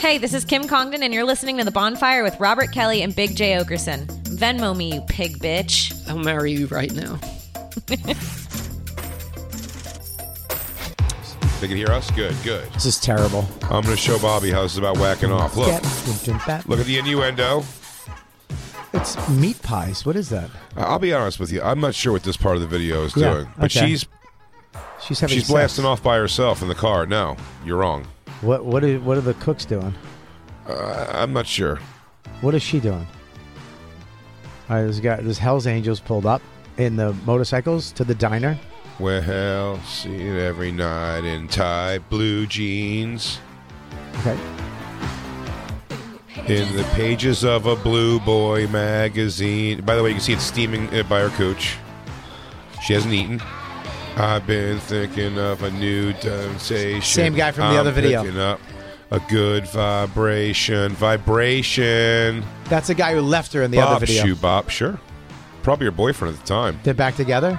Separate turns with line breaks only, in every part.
Hey, this is Kim Congdon, and you're listening to The Bonfire with Robert Kelly and Big J. Okerson. Venmo me, you pig bitch.
I'll marry you right now.
They can hear us? Good, good.
This is terrible.
I'm going to show Bobby how this is about whacking off. Look, look at the innuendo.
It's meat pies. What is that?
I- I'll be honest with you. I'm not sure what this part of the video is
Yeah,
doing, but
okay.
she's
She's having.
she's
sex.
blasting off by herself in the car. No, you're wrong.
What what are what are the cooks doing?
Uh, I'm not sure.
What is she doing? All right, this guy, this Hell's Angels pulled up in the motorcycles to the diner.
Well, see it every night in tight blue jeans.
Okay.
In the pages of a Blue Boy magazine. By the way, you can see it steaming uh, by her cooch. She hasn't eaten. I've been thinking of a new sensation.
Same guy from the
I'm
other video.
picking up a good vibration, vibration.
That's the guy who left her in the
bop,
other video.
shoe bop, sure. Probably your boyfriend at the time.
They're back together.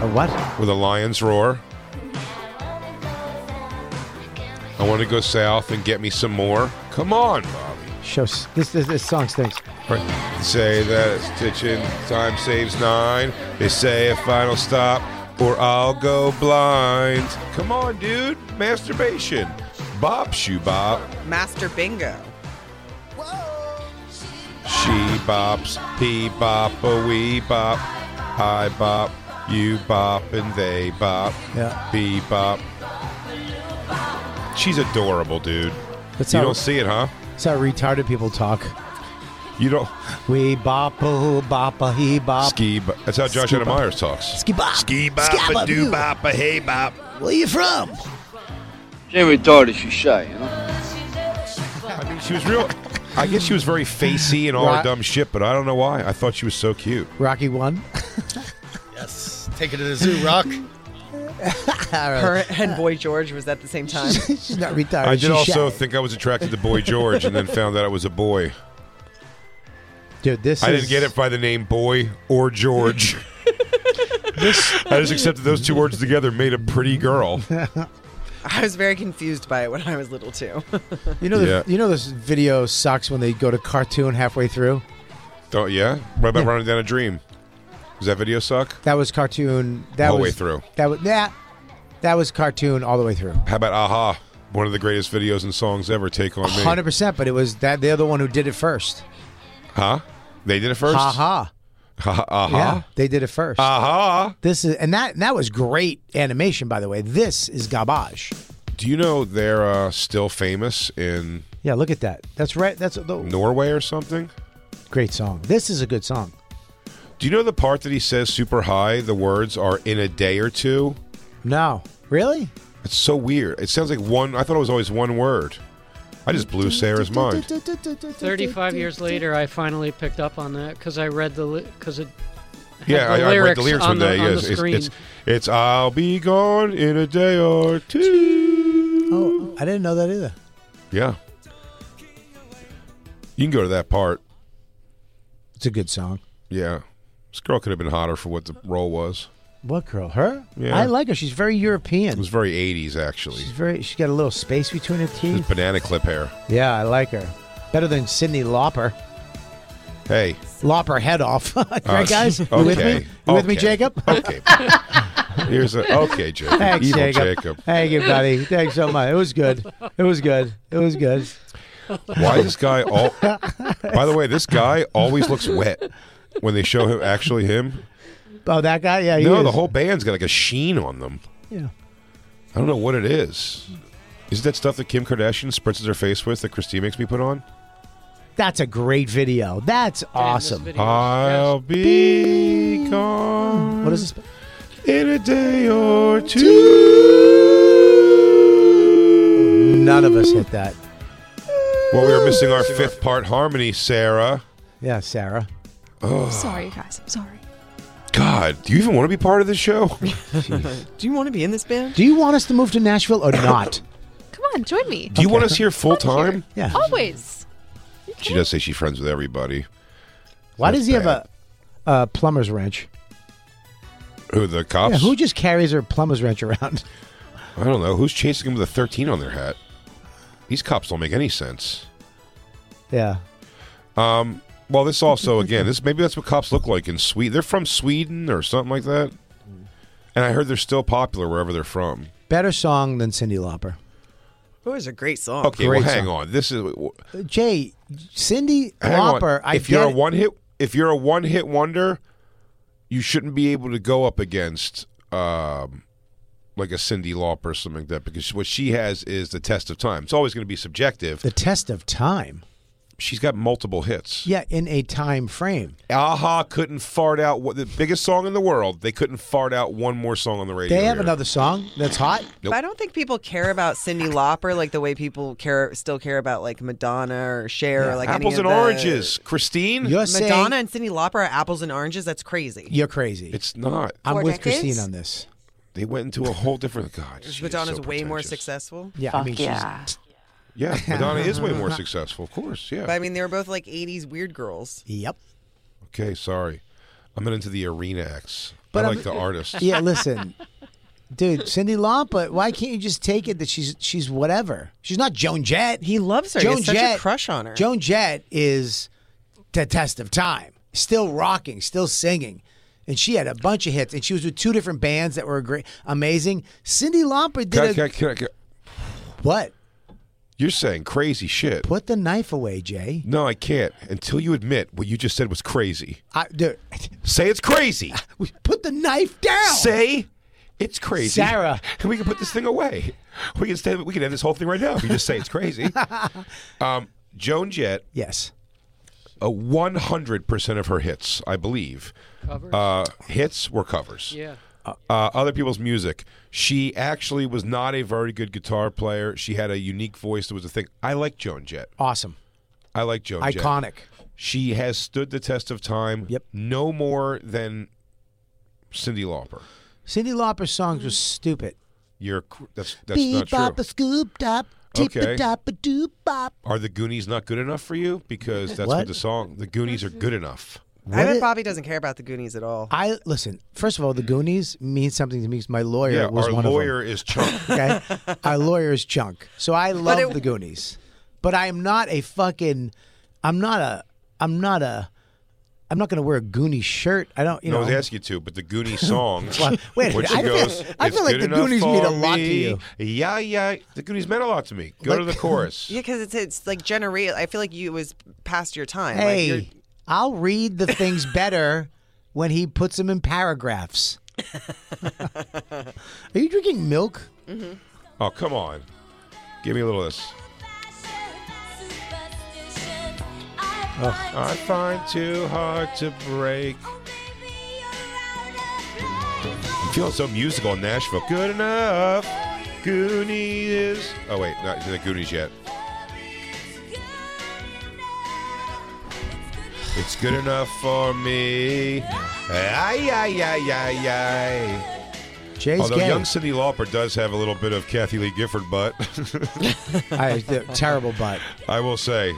A what?
with a lion's roar. I want to go south and get me some more. Come on, Bobby.
Show s- this, this this song stinks.
Right. Say that stitching time saves nine. They say a final stop or I'll go blind. Come on, dude. Masturbation. Bop shoe bop.
Master Bingo.
She bops. He bop. A wee bop. I bop. You bop and they bop.
Yeah.
Bee bop. She's adorable, dude.
That's
you
how,
don't see it, huh?
that's how retarded people talk.
You don't
We bop a bop a he bop.
ski. But that's how Josh
Ski bop.
Adam Myers talks.
Ski bop.
Ski bop,
Scabba
a do
boo.
bop, a hey bop.
Where you from?
Jimmy retarded she shy, you know?
I mean, she was real. I guess she was very facey and all her
Right.
dumb shit, but I don't know why. I thought she was so cute.
Rocky one.
Yes. Take it to the zoo, Rock.
Her and Boy George was at the same time.
She's not retarded.
I did
She's
also
shy.
think I was attracted to Boy George, and then found out it was a boy.
Dude, this
I
is,
didn't get it by the name Boy or George. I just accepted those two words together made a pretty girl.
I was very confused by it when I was little too.
You know, the,
Yeah.
you know, this video sucks when they go to cartoon halfway through.
Oh yeah. What about running down a dream? Does that video suck?
That was cartoon. That
All the
was
way through.
That was that. That was cartoon all the way through.
How about Aha? One of the greatest videos and songs ever. Take on me.
Hundred percent. But it was that they're the one who did it first.
Huh? They did it first. Uh-huh.
Ha ha.
Ha ha.
Yeah, they did it first.
Aha.
this is and that that was great animation by the way. This is garbage.
Do you know they're uh, still famous in
Yeah, look at that. That's right. That's a the,
Norway or something?
great song. This is a good song.
Do you know the part that he says super high? The words are in a day or two.
No, really.
It's so weird. It sounds like one. I thought it was always one word. I just blew Sarah's mind.
35 years later, I finally picked up on that because I read the because it
Yeah,
the
I, I read the
lyrics
lyrics
on
one
the-
day.
on the
yes, it's,
screen.
it's it's I'll be gone in a day or two.
Oh, I didn't know that either.
Yeah, you can go to that part.
It's a good song.
Yeah, this girl could have been hotter for what the role was.
What girl? Her?
Yeah.
I like her. She's very European.
It was very '80s actually.
She's very. She's got a little space between her
With
teeth.
banana clip hair.
Yeah, I like her. Better than Sydney Lauper.
Hey,
Lop her head off. right,
uh,
guys?
okay,
You with me? You with me,
okay,
Jacob?
Okay. Here's a okay, Jacob.
Thanks,
Evil
Jacob.
Jacob.
Thank you, buddy. Thanks so much. It was good. It was good. It was good.
Why this guy all By the way, this guy always looks wet when they show him actually him.
Oh, that guy? Yeah, he
no,
is.
the whole band's got like a sheen on them.
Yeah.
I don't know what it is. Is it that stuff that Kim Kardashian spritzes her face with that Christine makes me put on?
That's a great video. That's awesome.
I'll be gone
What is this?
in a day or two.
None of us hit that.
Well, we were missing our fifth part harmony, Sarah.
Yeah, Sarah. Oh.
Sorry, guys. I'm sorry.
God, do you even want to be part of this show?
Do you want to be in this band?
Do you want us to move to Nashville or not?
Come on, join me.
Do you want us here full time?
Yeah.
Oh. Always.
She does say she's friends with everybody.
Why does he have
bad.
a, a plumber's wrench?
Who the cops?
Yeah, who just carries her plumber's wrench around?
I don't know. Who's chasing him with a thirteen on their hat? These cops don't make any sense.
yeah.
Um, well, this also again, this maybe that's what cops look like in Sweden. They're from Sweden or something like that. And I heard they're still popular wherever they're from.
Better song than Cindy Lauper.
It was a great song.
Okay,
great
well, hang
song.
on. This is w-
Uh, Jay, Cindy
hang
Lauper,
on.
I
if you're
get
a
it.
one hit, if you're a one hit wonder, you shouldn't be able to go up against um, like a Cindy Lauper or something like that because what she has is the test of time. It's always going to be subjective.
the test of time.
She's got multiple hits.
Yeah, in a time frame.
Aha couldn't fart out what the biggest song in the world. They couldn't fart out one more song on the radio.
They have
here.
another song that's hot.
Nope.
But I don't think people care about Cindy Lauper like the way people care still care about like Madonna or Cher or like any
apples
of
and
the-
oranges. Christine,
You're
Madonna
saying
and Cindy Lauper are apples and oranges. That's crazy.
you're crazy.
it's not.
I'm
Four
with
decades?
Christine on this.
They went into a whole different. God, she is
Madonna's
so
way more
pretentious.
successful.
Yeah, I mean, she's
Yeah, Madonna is way more successful, of course. Yeah.
But I mean, they were both like '80s weird girls.
yep.
okay, sorry, I'm not into the arena acts.
But
I
I'm-
like the artist.
Yeah, listen, dude, Cindy Lauper. Why can't you just take it that she's she's whatever? She's not Joan Jett.
He loves her. He
Joan
has such a
Jett,
crush on her.
Joan Jett is the test of time, still rocking, still singing. And she had a bunch of hits, and she was with two different bands that were great, amazing. Cindy Lauper did
Can I-
a,
can I- can I- can I-
what?
you're saying crazy shit.
Put the knife away, Jay.
No, I can't until you admit what you just said was crazy.
I, dude,
Say it's crazy.
we- put the knife down.
Say it's crazy,
Sarah.
And we can put this thing away. We can stay, We can end this whole thing right now. If you just say it's crazy. Um, Joan Jett,
yes.
a one hundred percent of her hits, I believe,
Covers.
uh, hits were covers.
yeah.
Uh, other people's music. She actually was not a very good guitar player. She had a unique voice. That was a thing. I like Joan Jett.
Awesome.
I like Joan Jett.
Iconic.
She has stood the test of time.
Yep.
No more than Cindy Lauper.
Cindy Lauper's songs were stupid.
You're cr- that's that's
Beep
not
bop
true.
a scoop dop, tip
Okay.
a dop a doop bop.
Are the Goonies not good enough for you? Because that's
What?
what the song. The Goonies are good enough.
I
What
bet
it-
Bobby doesn't care about the Goonies at all.
I listen. First of all, the Goonies means something to me. 'cause My lawyer
Yeah,
Oh, was
our
one
lawyer is Chunk.
of them. Okay, our lawyer is junk. So I love
it-
the Goonies, but I am not a fucking. I'm not a. I'm not a. I'm not going to wear a Goonie shirt. I don't. You
no,
know.
they ask you to, but the Goonie song.
wait a
which
minute, I feel-
goes,
I
"It's
feel like
good
the
enough
Goonies mean a
for
lot to
me."
you.
Yeah, yeah. The Goonies meant a lot to me. Go to the chorus.
Yeah, because it's it's like generate. I feel like you it was past your time. like,
hey,
you're-
I'll read the things better when he puts them in paragraphs. Are you drinking milk?
Oh, come on. Give me a little of this. Oh, I find too hard to break. I'm feeling so musical in Nashville. Good enough. Goonies is. Oh, wait. Not in the Goonies yet. If It's good enough for me. Ay, ay, ay, ay, ay.
Jay's
Although
gay.
young Cindy Lauper does have a little bit of Kathy Lee Gifford butt,
I, the terrible butt.
I will say,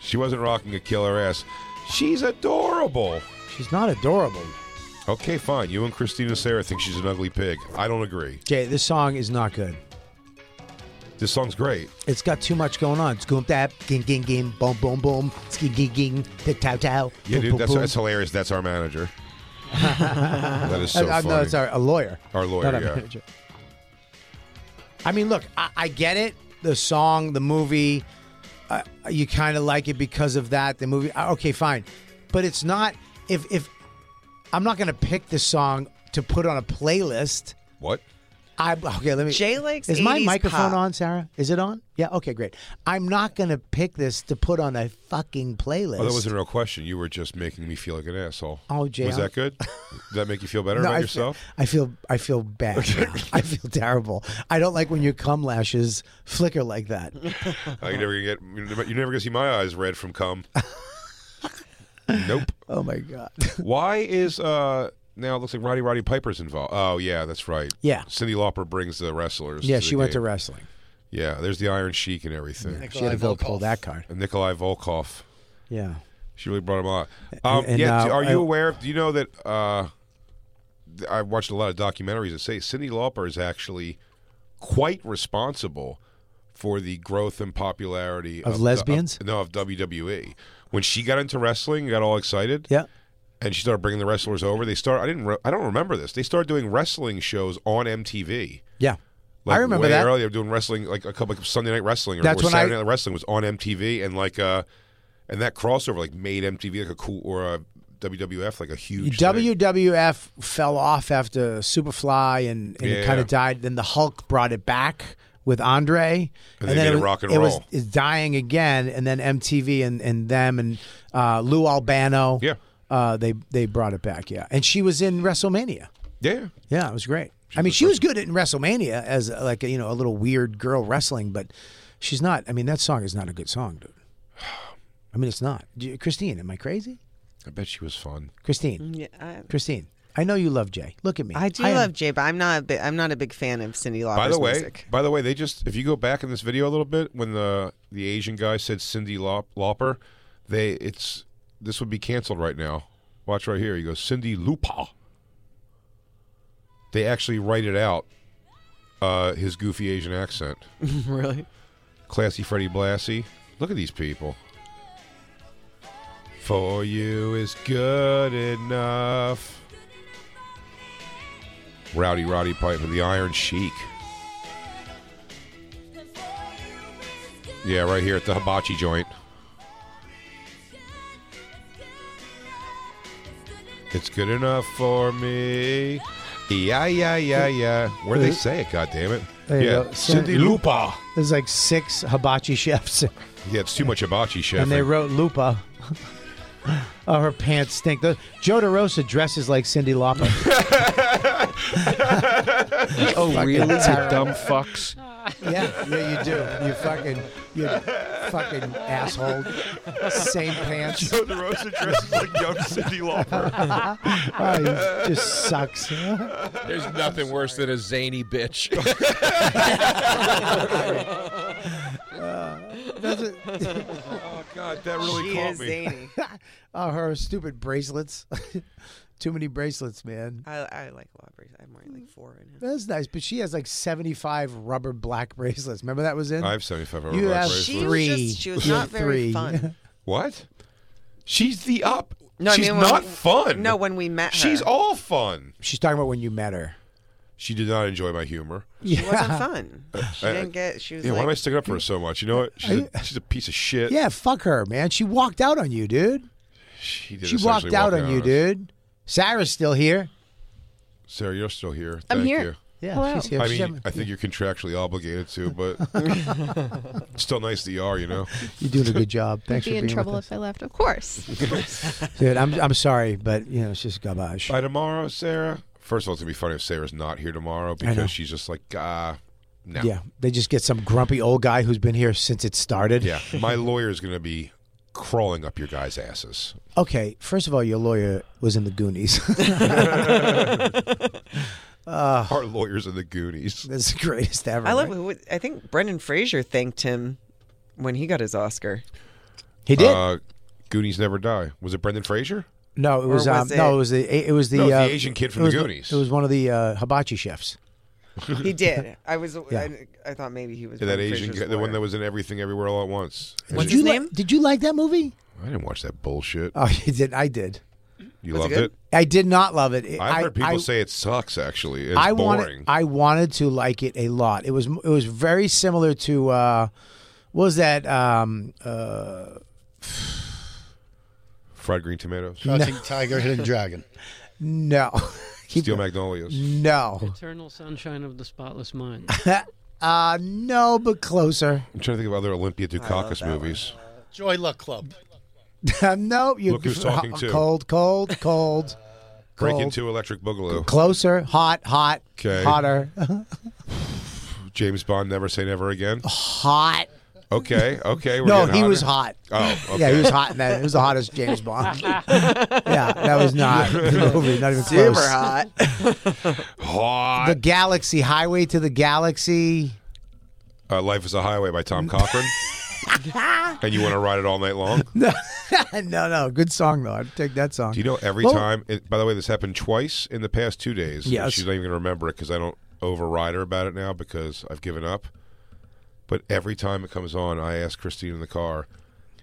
she wasn't rocking a killer ass. She's adorable.
She's not adorable.
Okay, fine. You and Christina Sarah think she's an ugly pig. I don't agree.
Jay, this song is not good.
This song's great.
It's got too much going on. It's goom tap, ging ging ging, boom boom boom, ski ging ging, tick tow tow.
Yeah,
boom,
dude,
boom,
that's,
boom.
that's hilarious. That's our manager. that is so
I, I,
funny.
uh, no, it's our, a lawyer.
Our lawyer,
Not a
yeah.
manager. I mean, look, I, I get it. The song, the movie, uh, you kind of like it because of that. The movie, uh, okay, fine, but it's not. If if I'm not going to pick the song to put on a playlist,
What?
I okay. Let me.
Jay likes
Is my
80s
microphone
pop.
on, Sarah? Is it on? Yeah. Okay. Great. I'm not gonna pick this to put on a fucking playlist.
Oh, that wasn't a real question. You were just making me feel like an asshole.
Oh, Jay,
Was
I'm-
that good? Did that make you feel better
No,
about
I
yourself?
Feel, I feel I feel bad. now. I feel terrible. I don't like when your cum lashes flicker like that.
Oh, you're never gonna get. You're never, you're never gonna see my eyes red from cum. nope.
Oh my god.
Why is uh now it looks like Roddy Roddy Piper's involved? Oh yeah, that's right.
Yeah.
Cindy Lauper brings the wrestlers.
yeah,
the
she went to
game.
wrestling.
Yeah, there's the Iron Sheik and everything.
She had to go pull that card.
And Nikolai Volkov.
Yeah.
She really brought him a lot. Um,
And,
yeah,
uh,
d- are
I-
you aware? Do you know that? Uh, th- I watched a lot of documentaries that say Cindy Lauper is actually quite responsible for the growth and popularity
Of
the-
lesbians?
no, of WWE. When she got into wrestling, and got all excited.
Yeah.
and she started bringing the wrestlers over. They start. I didn't. Re- I don't remember this. They started doing wrestling shows on MTV.
Yeah.
Like
I remember
way
that.
earlier doing wrestling like a couple like Sunday night wrestling or,
That's
or
when I-
Saturday night wrestling was on MTV and like uh and that crossover like made MTV like a cool or a WWF like a huge thing.
WWF fell off after Superfly and, and it
Yeah.
kind of died. Then the Hulk brought it back with Andre,
And they
then
made it
was,
rock and
it was
roll.
is dying again. And then MTV and, and them and uh, Lou Albano,
Yeah.
uh, they they brought it back. Yeah, and she was in WrestleMania.
Yeah.
Yeah, it was great. I mean, she was good in WrestleMania as uh, like a, you know a little weird girl wrestling, but she's not. I mean, that song is not a good song, dude. I mean, it's not. Do you- Christine, am I crazy?
I bet she was fun.
Christine,
Yeah, I,
Christine, I know you love Jay. Look at me.
I do
am-
love Jay, but I'm not. A bi- I'm not a big fan of Cindy Lauper's
By the way,
music.
by the way, they just if you go back in this video a little bit when the the Asian guy said Cindy Laup, Lauper, they it's this would be canceled right now. Watch right here. He goes Cindy Lupa. They actually write it out. Uh, his goofy Asian accent.
really?
Classy Freddie Blassie. Look at these people. For you is good enough. Rowdy Roddy Piper, the Iron Sheik. Yeah, right here at the hibachi joint. It's good enough for me. Yeah, yeah, yeah, yeah. Where they say it, God damn it.
There you
yeah,
go.
Cindy
Cindy
Lupa.
There's like six hibachi chefs,
Yeah, it's too much hibachi, chef.
and they wrote Lupa. oh, her pants stink. The, Joe DeRosa dresses like Cindy Lauper.
Oh, really?
you
dumb fucks.
Yeah, yeah, you do. You fucking, you fucking asshole. Same pants.
Joe DeRosa dresses like young Cindy Lauper.
Oh, he just sucks. Oh,
There's nothing worse than a zany bitch.
oh God, that really
She
caught
is
me.
zany.
oh, her stupid bracelets. Too many bracelets, man.
I, I like Lauper. I'm wearing like four right now.
That's nice, but she has like seventy-five rubber black bracelets. Remember that was in.
I have seventy-five hour
You
black
have-
bracelets.
She was
Three.
just. She was
Yeah,
not very
three.
fun.
What? She's the up.
No, I
she's
mean, when
not
we-
fun.
No, when we met her,
she's all fun.
She's talking about when you met her.
She did not enjoy my humor.
She wasn't fun. She
I-
didn't get. She was
Yeah, why am I
like.
sticking up for her so much? You know what? She's, a, she's a piece of shit.
Yeah, fuck her, man. She walked out on you, dude.
she did.
She
essentially
walked out
walk
on you,
us.
dude. Sarah's still here.
Sarah, you're still here.
I'm
Thank
here.
You.
Yeah,
Hello.
she's here.
I
She's
mean,
having-
I think you're contractually obligated to, but it's still nice that you are. You know.
you're doing a good job. Thanks
be
for
in
being
trouble
with
if I left. Of course.
us. dude. I'm I'm sorry, but you know it's just garbage.
By tomorrow, Sarah. First of all, it's gonna be funny if Sarah's not here tomorrow because she's just like, ah, no.
Yeah, they just get some grumpy old guy who's been here since it started.
Yeah. My lawyer's gonna be crawling up your guys' asses.
Okay, first of all, your lawyer was in the Goonies.
Our lawyers in the Goonies.
That's the greatest ever.
I love.
right?
who- I think Brendan Fraser thanked him when he got his Oscar.
He did.
Uh, Goonies never die. Was it Brendan Fraser?
no, it was,
or
um,
was
no, it
it-
was the it was the,
No, it was the
uh,
Asian kid from
it
the
was
Goonies.
It was one of the uh, hibachi chefs.
He did. I was.
Yeah.
I, I thought maybe he was
Yeah, that
Brendan
Asian, guy,
Fraser's
the one
lawyer.
that was in Everything Everywhere All at Once.
What's
did you
his
li-
name?
did you like that movie?
I didn't watch that bullshit.
Oh, you did. I did.
you
was it
loved
good?
it?
I did not love it.
I've
I,
heard people
I-
say it sucks. Actually, it's
I
boring.
wanted. I wanted to like it a lot. It was. It was very similar to. Uh, what was that? Um, uh,
Fried green tomatoes,
Crouching Tiger, Hidden Dragon.
no. Keep
steel
going.
magnolias.
No.
Eternal Sunshine of the Spotless Mind.
Uh, no, but closer.
I'm trying to think of other Olympia Dukakis movies.
Joy Luck Club.
Uh, no, you.
Look who's talking to.
Cold, cold, cold.
Break
Cold.
into Electric Boogaloo.
Closer, hot, hot,
'Kay.
hotter,
James Bond, Never Say Never Again.
hot.
Okay, okay. We're
Oh. No,
getting
he was
hotter.
hot.
Oh, okay.
Yeah, he was hot. In that. He was the hottest James Bond. yeah, that was not the movie. Not even
Super
close.
hot.
Hot.
The Galaxy, Highway to the Galaxy.
Uh, Life is a Highway by Tom Cochran. and you want to ride it all night long?
no, no, good song though. I'd take that song.
Do you know every
Well-
time? It, by the way, this happened twice in the past two days.
Yes.
She's not even going to remember it because I don't override her about it now because I've given up. But every time it comes on, I ask Christine in the car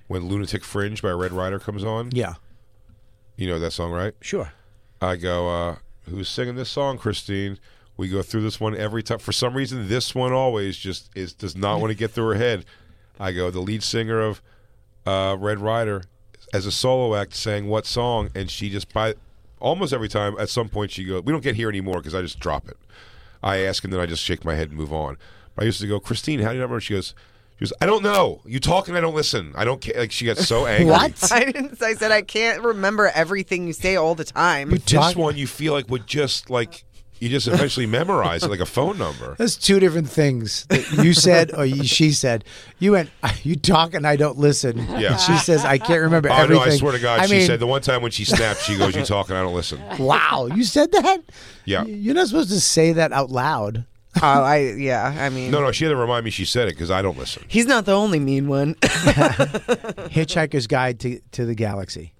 when "Lunatic Fringe" by Red Rider comes on.
Yeah,
You know that song, right?
sure.
I go, uh, "Who's singing this song, Christine?" We go through this one every time. For some reason, this one always just is does not want to get through her head. I go, the lead singer of uh, Red Rider, as a solo act, sang what song, and she just by almost every time at some point she goes, "We don't get here anymore" because I just drop it. I ask and then I just shake my head and move on. But I used to go, Christine, how do you not remember? She goes, she goes, I don't know. You talk and I don't listen. I don't care. Like she got so angry.
What?
I didn't. I said I can't remember everything you say all the time.
But this one you feel like would just like you just eventually memorize it like a phone number. Oh,
That's two different things that you said or you, she said. You went, you talk and I don't listen.
Yeah.
She says, I can't remember
Oh no,
everything.
I swear to God,
I
she
mean,
said the one time when she snapped, she goes, "You talk and I don't listen."
wow, you said that?
Yeah.
You're not supposed to say that out loud.
Oh, I yeah. I mean,
No, no, she had to remind me she said it because I don't listen.
he's not the only mean one.
Hitchhiker's Guide to, to the Galaxy.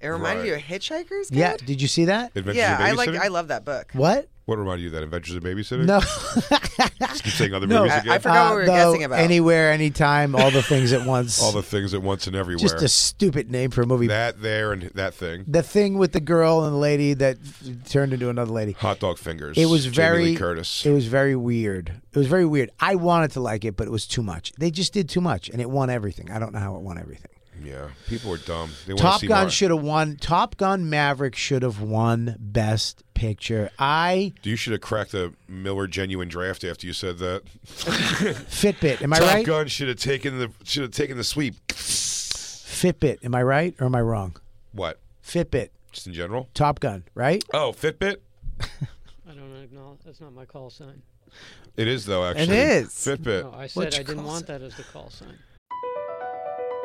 it reminded
Right.
you of Hitchhiker's. Guide?
Yeah, did you see that?
Adventures
Yeah,
of
I
babysitting.
like. I love that book.
What?
what reminded you of that Adventures of babysitting?
No.
Keep saying other
No. Uh,
movies
I-
again.
I forgot what we were
no,
guessing about.
Anywhere, anytime, all the things at once.
All the things at once and everywhere.
Just a stupid name for a movie.
that there and that thing.
the thing with the girl and the lady that f- turned into another lady.
Hot dog fingers.
It was
Jamie
very
Lee Curtis.
It was very weird. It was very weird. I wanted to like it, but it was too much. They just did too much, and it won everything. I don't know how it won everything.
yeah, people are dumb. They wanna
Top
see
Gun
more.
should have won. Top Gun Maverick should have won Best Picture. I
You should have cracked the Miller genuine draft after you said that.
Fitbit. Am I
Top
right?
Gun should have taken the should have taken the sweep.
Fitbit. Am I right or am I wrong?
What?
Fitbit.
Just in general?
Top Gun. Right?
Oh, Fitbit.
I don't acknowledge. That's not my call sign.
It is though. Actually,
is.
No,
Oh.
Fitbit.
I said
What's
I
your
didn't
call
want that as the call sign.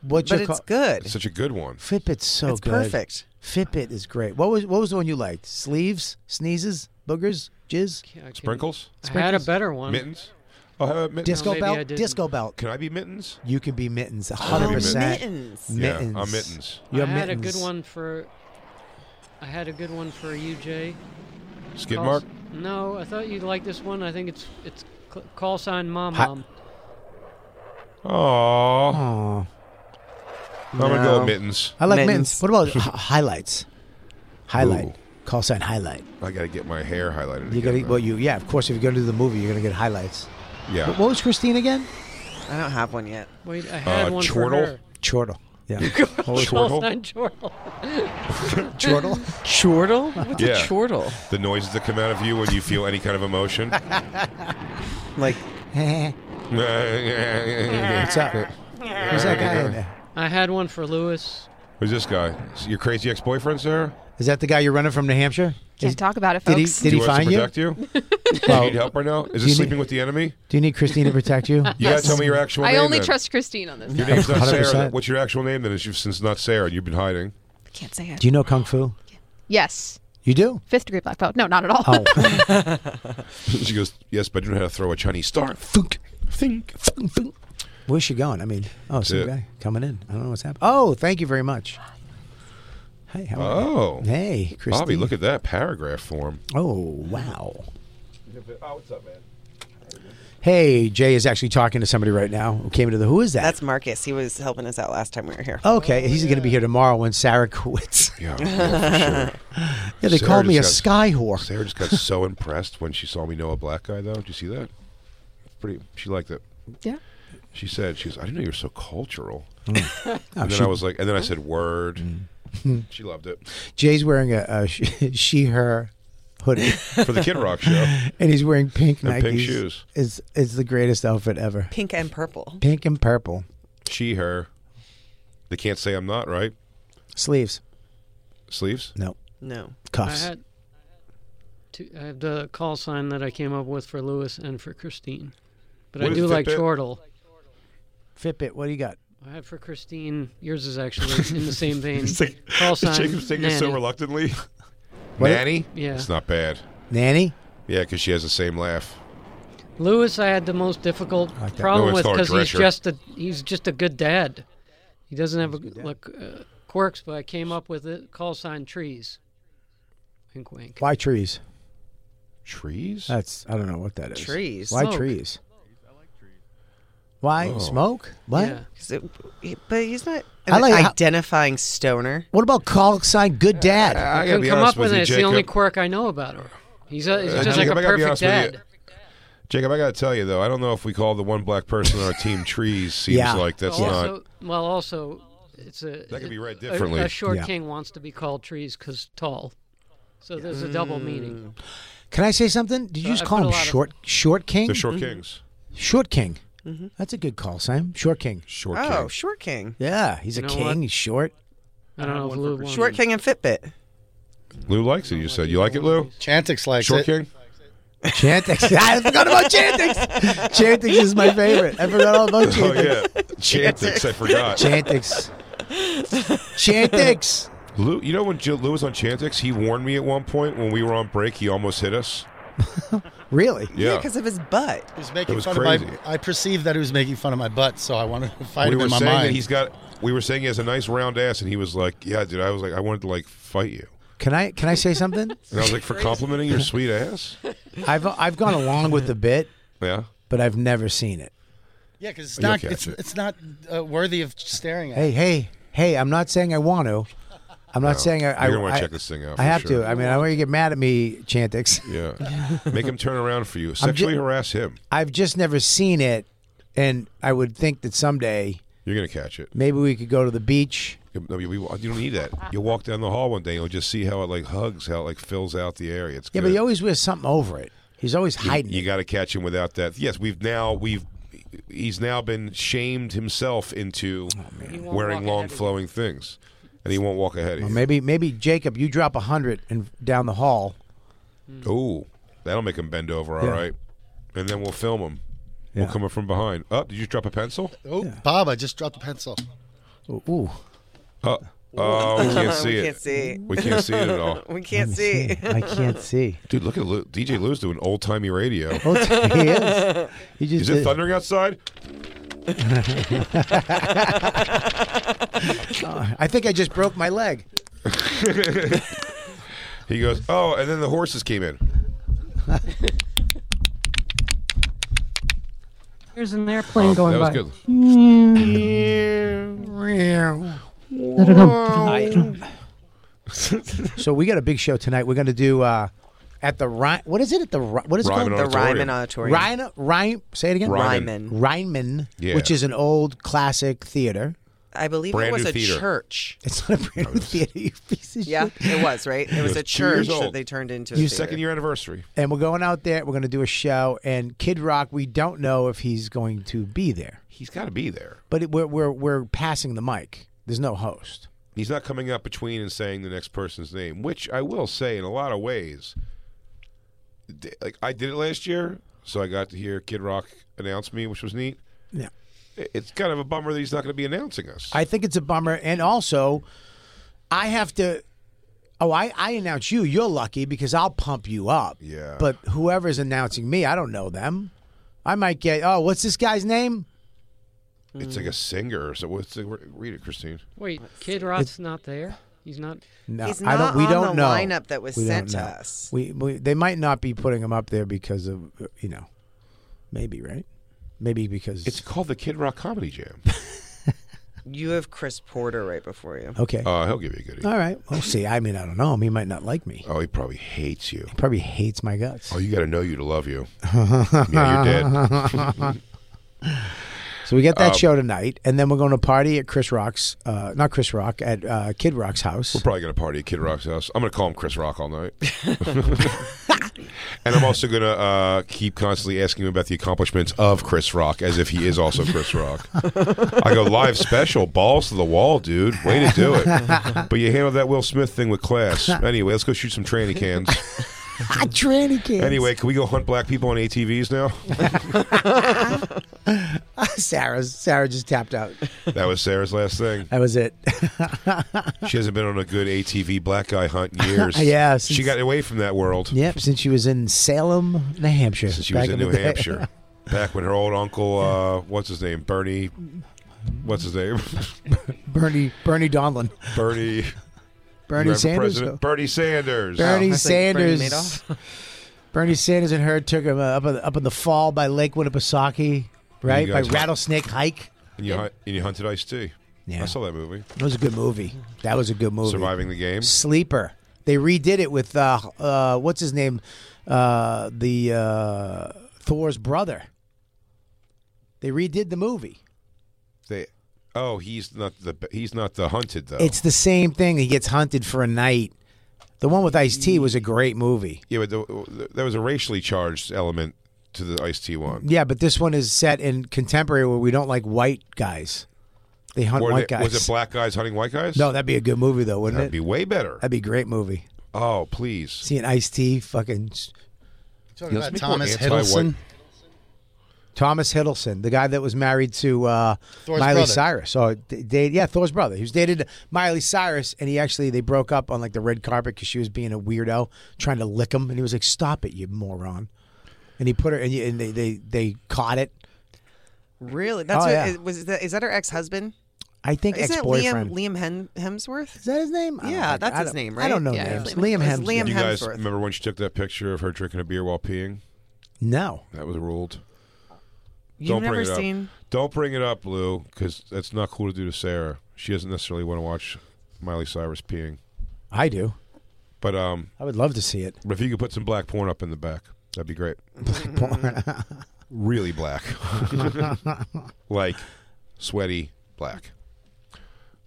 What's
but
your
it's
co-
good.
Such a good one.
Fitbit's so
It's
good.
perfect.
Fitbit is great. What was what was the one you liked? Sleeves, sneezes, boogers, jizz,
Sprinkles?
I had a better one.
Mittens? Oh, how about mittens?
disco
maybe I
belt,
didn't. Oh,
disco belt.
Can I be mittens?
You can be mittens, a
I'll
hundred
be
percent.
mittens. Yeah,
mittens.
I'm mittens.
You're
uh, I had
mittens.
a good one for. I had a good one for you, Jay.
Skid
Call-
mark?
No, I thought you'd like this one. I think it's it's c- call sign mom
Hi-
mom.
Aww.
Aw.
I'm going to go
No.
with mittens.
I like mittens.
Mittens.
What about hi- highlights? Highlight,
Ooh.
call sign highlight.
I got to get my hair highlighted.
You
again,
gotta
though.
well, you yeah. Of course, if you're gonna do the movie, you're gonna get highlights. What,
Yeah.
what was Christine again?
I don't have one yet.
Wait, I had
Uh,
one
chortle?
for her.
Chortle. Yeah.
Call
Chortle?
sign chortle.
Chortle.
Chortle? What's
Yeah.
a chortle?
The noises that come out of you when you feel any kind of emotion.
Like,
What's up? Who's that guy in there?
I had one for Lewis.
Who's this guy? Is Your crazy ex-boyfriend, Sarah?
Is that the guy you're running from New Hampshire?
Can't
Is-
talk about it,
did he-
folks.
did
Do
he-
you want us
find you?
to protect you? Do you
Well,
need help right now? Is
you
this
need-
sleeping with the enemy?
Do you need Christine to protect you?
You gotta tell me your actual
I
name.
only
then.
trust Christine on this.
Your name's not Sarah.
100%.
What's your actual name then? Is you since not Sarah? You've been hiding.
Can't say it.
Do you know kung fu?
Yes.
You do?
Fifth degree black belt. No, not at all.
Oh,
she goes, "Yes, but I don't know how to throw a Chinese star." Funk, think, funk, funk.
where's she going? I mean, oh, some
it.
guy coming in. I don't know what's happening. Oh, thank you very much. Hey, how are you?
Oh,
Hey, Christine.
Bobby, look at that paragraph form.
Oh, wow.
Oh, what's up, man?
Hey, Jay is actually talking to somebody right now who came into the. Who is that?
that's Marcus. He was helping us out last time we were here.
okay. he's going to be here tomorrow when Sarah quits.
Yeah, yeah, for sure.
yeah, they
Sarah
called me a
just got-
sky whore.
Sarah just got so impressed when she saw me know a black guy, though. Did you see that? Pretty. She liked it.
Yeah.
She said, "She goes, I didn't know you were so cultural."
Oh,
and then
she-
I was like, and then I said, "Word." she loved it
Jay's wearing a, a she/her hoodie,
for the Kid Rock show.
and he's wearing pink
And
Nikes.
pink shoes.
It's it's the greatest outfit ever.
Pink and purple.
Pink and purple
She, her. They can't say I'm not right.
sleeves.
Sleeves.
No
No.
I
cuffs.
had. Two, I have the call sign that I came up with for Lewis and for Christine, but
What
I
is
do like
Fitbit?
chortle.
Fitbit. What do you got?
I had for Christine. Yours is actually in the same vein. call sign.
Jacob's taking it so
nanny.
reluctantly.
What?
Nanny?
Yeah.
It's not bad.
Nanny.
Yeah, because she has the same laugh.
Lewis, I had the most difficult
like that.
problem
No,
with
it's called
because
Drescher.
he's just a he's just a good dad. He doesn't have a, like uh, quirks, but I came up with it. Call sign trees. Wink, wink.
Why trees?
Trees?
That's I don't know what that is.
Trees.
Why
Smoke.
trees? Why
Oh.
smoke? What?
Yeah.
'Cause it- but he's not
I like how-
identifying stoner.
What about call sign good dad?
I
I
gotta
couldn't
be
come
honest
up with it.
you,
It's the only
Jacob.
quirk I know about him. He's, a, he's
Uh,
just like
Jacob,
a
I gotta be honest
perfect
with you.
dad.
Jacob, I gotta tell you though, I don't know if we call the one black person on our team trees. Seems
Yeah.
like that's
But
not.
also, well, also, it's a
That could be read
a-
differently.
A, short
Yeah.
king wants to be called trees because tall, so there's a
Mm.
double meaning.
Can I say something? Did you
So
just
I
call
put a
him
lot of-
short short king?
They're
Mm-hmm.
short kings.
Short king. That's a good call sign. Short king.
Short
Oh,
kings.
Short King.
Yeah, he's
You
a
know
king.
what?
He's short.
I don't know if Lou wanted-
Short King and Fitbit.
Lou likes it. You said you like it, Lou.
Chantix likes
Short king.
Chantix. I forgot about Chantix. Chantix is my favorite. I forgot all about
Oh
Chantix.
yeah, Chantix. I forgot.
Chantix. Chantix.
Lou, you know when Jill, Lou was on Chantix, he warned me at one point when we were on break. He almost hit us.
Really?
Yeah,
because of his butt.
He was
It
making
was
fun of
crazy.
my. I perceived that he was making fun of my butt, so I wanted to fight
we
him
were
in my
saying
mind.
that he's got. We were saying he has a nice round ass, and he was like, "Yeah, dude." I was like, "I wanted to like fight you,"
Can I can I say something?
and I was like, "For complimenting your sweet ass."
I've I've gone along with the bit,
Yeah.
but I've never seen it.
Yeah, because it's
You'll
not
catch
it's,
it.
it's not uh, worthy of staring at.
Hey, hey, hey! I'm not saying I want to. I'm not
No.
saying I.
You're
I
gonna wanna
I-
check this thing out
I
for
have
sure.
to. I mean, I want you to get mad at me, Chantix.
Yeah. Make him turn around for you.
ju-
Sexually harass him.
I've just never seen it, and I would think that someday
You're gonna catch it.
maybe we could go to the beach.
No, you, you don't need that. You'll walk down the hall one day. and You'll just see how it like hugs, how it like fills out the area. It's
Yeah,
good.
but he always wears something over it. He's always hiding.
You got to catch him without that. Yes, we've now we've he's now been shamed himself into wearing long flowing things, and he won't walk ahead of
Well,
you.
maybe, maybe Jacob, you drop a hundred and down the hall.
Ooh, that'll make him bend over. all
Yeah.
right, and then we'll film him. We'll come up from behind. Up? did you drop a pencil?
Oh, Bob, I just dropped a pencil.
Ooh.
Uh, oh, we can't see
We
it.
can't see.
We can't see it at all.
We can't
Mm.
Let me see. see. I
can't see.
Dude, look at Lou. DJ Lou's doing old timey radio.
Oh, he is. He just
Is it
did-
thundering outside?
Uh, I think I just broke my leg.
he goes, oh, and then the horses came in.
There's an airplane going
Oh, Um, that was
by.
good.
so we got a big show tonight. We're going to do uh, at the Rhine. What is it at the Rhi- what is it
Ryman
called?
Auditorium. The Ryman Auditorium.
Rhine, Rhine. Say it again.
Ryman.
Ryman,
Yeah.
which is an old classic theater.
I believe
Brand
it was
new
a
theater.
church.
It's not a brand new theater. You piece of
Yeah,
shit.
it was right. It,
It
was,
was
a
two years
church
old.
that they turned into.
You
a
second
theater.
Year anniversary.
And we're going out there. We're going to do a show. And Kid Rock, we don't know if he's going to be there,
He's got to be there.
but it, we're, we're we're passing the mic. There's no host.
He's not coming up between and saying the next person's name, which I will say in a lot of ways. d- Like I did it last year, so I got to hear Kid Rock announce me, which was neat.
Yeah.
I- It's kind of a bummer that he's not going to be announcing us.
I think it's a bummer. And also, I have to. Oh, I, I announce you. You're lucky because I'll pump you up.
Yeah.
But whoever's announcing me, I don't know them. I might get. Oh, what's this guy's name?
It's like a singer. or So what's the, read it, Christine?
Wait, Kid Rock's not there. He's not.
No,
He's
I
not
don't. We
on
don't
the
know.
lineup that was
We don't
sent to
know.
us.
We, we they might not be putting him up there because of uh, you know, maybe right, maybe because
It's called the Kid Rock Comedy Jam.
You have Chris Porter right before you.
okay.
Uh, he'll give you a goodie.
All right. We'll see. I mean, I don't know him. He might not like me.
Oh, he probably hates you.
He probably hates my guts.
Oh, you got to know you to love you. yeah, you're dead.
So we got that
Um,
show tonight, and then we're going to party at Chris Rock's, uh, not Chris Rock, at uh, Kid Rock's house.
We're probably going to party at Kid Rock's house. I'm going to call him Chris Rock all night. and I'm also going to uh, keep constantly asking him about the accomplishments of Chris Rock as if he is also Chris Rock. I go, live special, balls to the wall, dude. Way to do it. But you handled that Will Smith thing with class. Anyway, let's go shoot some tranny cans.
Tranny kids.
Anyway, can we go hunt black people on ATVs now?
Sarah, Sarah just tapped out.
That was Sarah's last thing.
That was it.
She hasn't been on a good ATV black guy hunt in years.
Yeah,
she
since-
got away from that world.
yep, since she was in Salem, New Hampshire.
Since she was
back
in
the
New
day.
Hampshire, back when her old uncle, uh, what's his name, Bernie, what's his name,
Bernie, Bernie Donlin.
Bernie,
Bernie
Reverend
Sanders?
President Oh, Bernie Sanders,
Bernie Sanders. Bernie, Sanders and her took him uh, up, in- up in the fall by Lake Winnipesaukee, right?
You
By
guys-
Rattlesnake Hike.
And you, hunt, and you hunted Ice T.
Yeah.
I saw that movie.
That was a good movie. That was a good movie.
Surviving the game.
Sleeper. They redid it with uh, uh, what's his name, uh, the uh, Thor's brother. They redid the movie.
They, oh, he's not the he's not the hunted though.
It's the same thing. He gets hunted for a night. The one with Ice T was a great movie.
yeah, but the, there was a racially charged element to the Ice T one.
Yeah, but this one is set in contemporary where we don't like white guys. They hunt
Were
white
they-
guys.
Was it black guys hunting white guys?
No, that'd be a good movie though, wouldn't
that'd
it?
be way better.
that'd be a great movie.
Oh, please.
Seeing Ice T fucking
Talking
Let's
about
make one
Thomas
anti-white-
Hiddleston.
Thomas Hiddleston, the guy that was married to uh,
Thor's
Miley
brother.
Cyrus. Oh, d- date, yeah, Thor's brother. He was dated Miley Cyrus, and he actually they broke up on like the red carpet because she was being a weirdo, trying to lick him, and he was like, "Stop it, you moron!" And he put her, and, and they they they caught it.
Really? That's
Oh,
her,
yeah.
is- was that, is that her ex husband?
I think
Isn't it Liam
ex-boyfriend.
Liam Hem- Hemsworth? Is
that his name? I don't
Yeah,
think-
that's
I
his
don't-
name,
I
right?
don't know
yeah,
names. Liam
It was
Hemsworth.
Liam
Do you guys
Hemsworth.
remember when she took that picture of her drinking a beer while peeing?
No,
That was ruled.
You've
Don't
never
bring it up.
seen-
Don't bring it up, Lou, because that's not cool to do to Sarah. She doesn't necessarily want to watch Miley Cyrus peeing.
I do.
But um,
I would love to see it.
But if you could put some black porn up in the back, that'd be great.
Black porn.
really black, like sweaty black.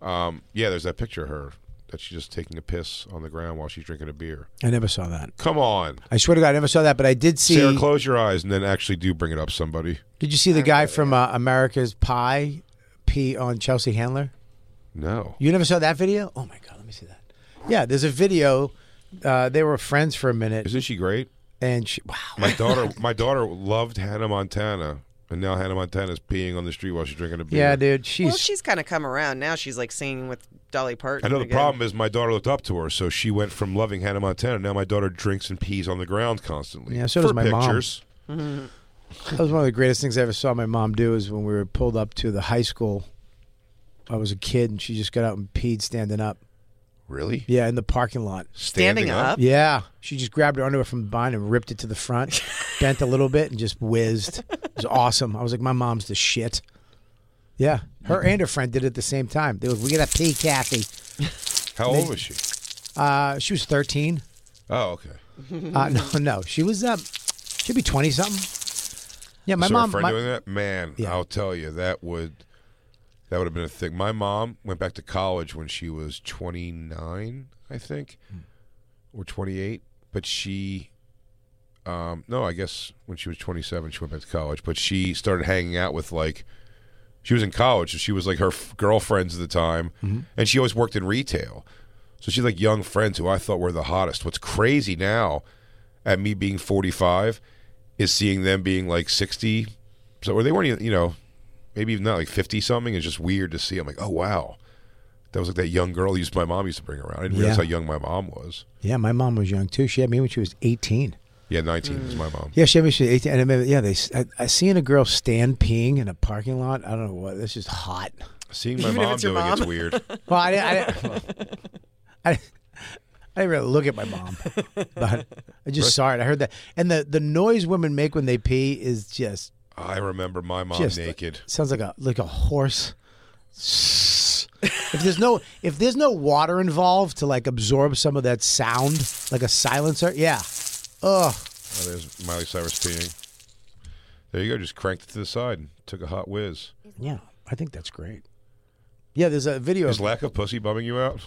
Um, yeah, there's that picture of her that she's just taking a piss on the ground while she's drinking a beer.
I never saw that.
Come on,
I swear to God, I never saw that, but I did see.
Sarah, close your eyes and then actually do bring it up. Somebody.
Did you see the guy from uh, America's Pie pee on Chelsea Handler?
No.
You never saw that video? Oh my god, let me see that. Yeah, there's a video. Uh, they were friends for a minute.
Isn't she great?
And she, wow,
My daughter, my daughter loved Hannah Montana, and now Hannah Montana's peeing on the street while she's drinking a beer.
Yeah, dude,
well, she's kind of come around now. She's like singing with Dolly Parton.
I know the
again.
problem is my daughter looked up to her, so she went from loving Hannah Montana. Now my daughter drinks and pees on the ground constantly.
Yeah, so
For
does my mom.
pictures.
that was one of the greatest things I ever saw my mom do. Is when we were pulled up to the high school. I was a kid, and she just got out and peed standing up.
Really?
Yeah, in the parking lot.
Standing Standing up? up?
Yeah. She just grabbed her underwear from the behind and ripped it to the front, bent a little bit, and just whizzed. It was awesome. I was like, my mom's the shit. Yeah. Her and her friend did it at the same time. They were like, we got to pee Kathy.
How
They-
old was she?
Uh, she was 13.
Oh, okay.
Uh, no, no. She was, uh, she'd be 20 something. Yeah, my
So her
mom.
friend
my-
doing that, man. I'll tell you, that would that would have been a thing. My mom went back to college when she was twenty nine, I think,
Hmm.
or twenty eight. But she, um, no, I guess when she was twenty seven, she went back to college. But she started hanging out with like. She was in college, and she was like her f- girlfriends at the time,
Mm-hmm.
and she always worked in retail. So she's like young friends who I thought were the hottest. What's crazy now at me being 45 is seeing them being like 60. So, or they weren't even, you know, maybe even not like 50 something. It's just weird to see. I'm like, oh, wow. That was like that young girl used my mom used to bring around. I didn't realize
Yeah.
how young my mom was.
yeah, my mom was young too. She had me when she was 18.
Yeah, 19 was my mom.
Yeah, she had me when she was 18. And I remember, yeah, they, I, I seen a girl stand peeing in a parking lot. I don't know what. This is hot.
Seeing my Even if mom it's your doing it's mom. weird.
well, I, didn't- I, didn't- I, didn't- I didn't really look at my mom, but I just saw it. I heard that, and the the noise women make when they pee is just
I remember my mom
just
naked.
sounds like a like a horse. If there's no if there's no water involved to like absorb some of that sound, like a silencer, yeah. Ugh.
Oh, there's Miley Cyrus peeing. There you go. Just cranked it to the side and took a hot whiz.
Yeah, I think that's great. Yeah, there's a video.
Is lack of pussy bumming you out?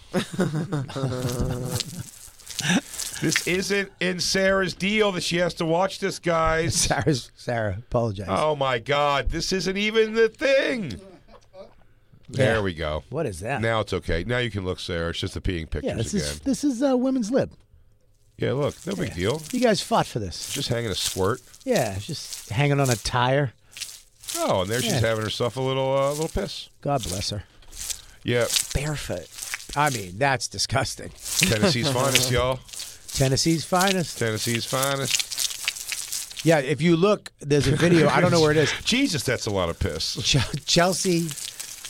this isn't in Sarah's deal that she has to watch this, guys.
Sarah's Sarah, apologize.
Oh my God! This isn't even the thing. There
Yeah.
we go.
What is that?
Now it's okay. Now you can look, Sarah. It's just the peeing pictures
yeah, this
again.
is this is uh, women's lib.
Yeah, look, no big deal.
You guys fought for this.
Just hanging a squirt.
Yeah, it's just hanging on a tire.
Oh, and there she's
Yeah.
having herself a little, uh, little piss.
God bless her.
Yeah,
Barefoot. I mean, that's disgusting.
Tennessee's finest, y'all.
Tennessee's finest.
Tennessee's finest.
Yeah, if you look, there's a video. I don't know where it is.
Jesus, that's a lot of piss.
Ch- Chelsea,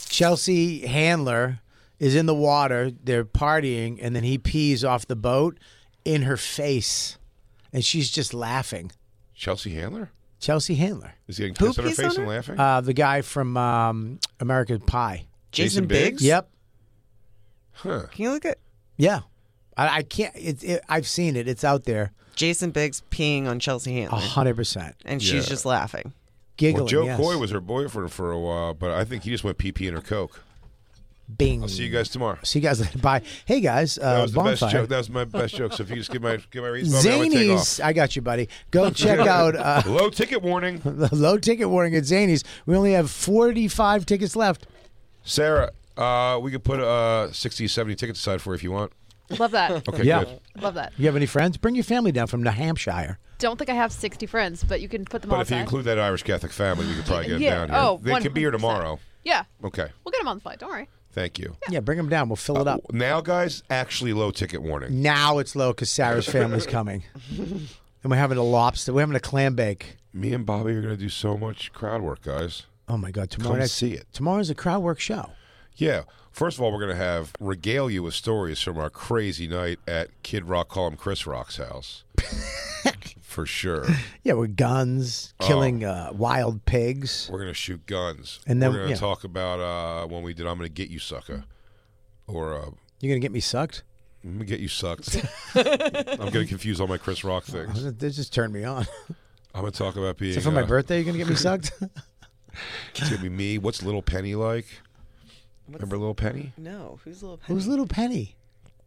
Chelsea Handler is in the water. They're partying, and then he pees off the boat in her face, and she's just laughing.
Chelsea Handler
Chelsea Handler,
is he getting
Who
pissed on her
pees
face
on
and laughing.
uh, the guy from um, American Pie,
Jason Jason Biggs? Biggs?
Yep.
Huh.
Can you look at
Yeah, I, I can't. It, it, I've seen it. It's out there.
Jason Biggs peeing on Chelsea
A
Handler?
hundred percent.
And she's
Yeah.
just laughing.
giggling.
well, Joe
yes.
Coy was her boyfriend for a while, but I think he just went pee pee in her coke.
Bing.
I'll see you guys tomorrow.
See you guys later. Bye. Hey guys, Mm. uh,
That was the best
bonfire.
joke. That was my best joke. So if you just give my give my reason, I would take off.
Zanies, I got you, buddy. Go check out uh,
Low ticket warning.
the low ticket warning at Zanies. We only have 45 tickets left.
Sarah, uh, we could put uh, 60, 70 tickets aside for if you want.
Love that.
Okay,
Yeah.
good.
Love that.
You have any friends? Bring your family down from New Hampshire.
Don't think I have 60 friends, but you can put them all
But if you
aside.
include that Irish Catholic family, we could probably get
Yeah.
them down here.
Oh,
they can be here
100%.
tomorrow.
yeah,
Okay,
we'll get them on the flight. Don't worry.
thank you.
Yeah, bring them down. We'll fill it up.
Now, guys, actually low ticket warning.
Now it's low because Sarah's family's coming. And we're having a lobster. We're having a clam bake.
Me and Bobby are going to do so much crowd work, guys.
Oh, my God. Tomorrow
Come
night-
see it.
Tomorrow's a crowd work show.
Yeah. First of all, we're going to have regale you with stories from our crazy night at Kid Rock Column Chris Rock's house. for sure.
Yeah, with guns,
Oh.
killing uh, wild pigs.
We're gonna shoot guns,
And then-
we're gonna
yeah.
talk about uh, when we did. I'm gonna get you, sucker, or uh,
You're gonna get me sucked.
I'm gonna get you sucked. I'm gonna confuse all my Chris Rock things.
This just turned me on.
I'm gonna talk about being.
So for my
uh,
birthday, you're gonna get me sucked.
It's gonna be me. What's Little Penny like? Remember Little Penny?
No, who's little?
Who's little Penny?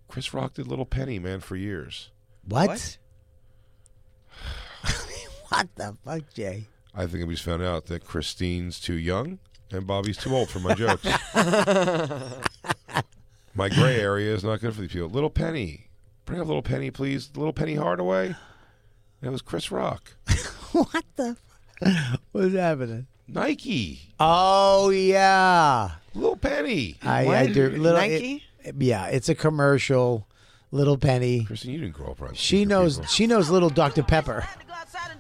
Chris Rock did Little Penny, man, for years.
What? What, the fuck, Jay?
I think it was found out that Christine's too young and Bobby's too old for my jokes. my gray area is not good for these people. Little Penny, bring up Little Penny, please. Little Penny Hardaway. That was Chris Rock.
what the? What's happening?
Nike.
Oh yeah,
Little Penny.
I, I do. Little, it- it- yeah, it's a commercial. Little Penny.
Kristen, you didn't grow up around.
She knows. She knows. Little Dr Pepper.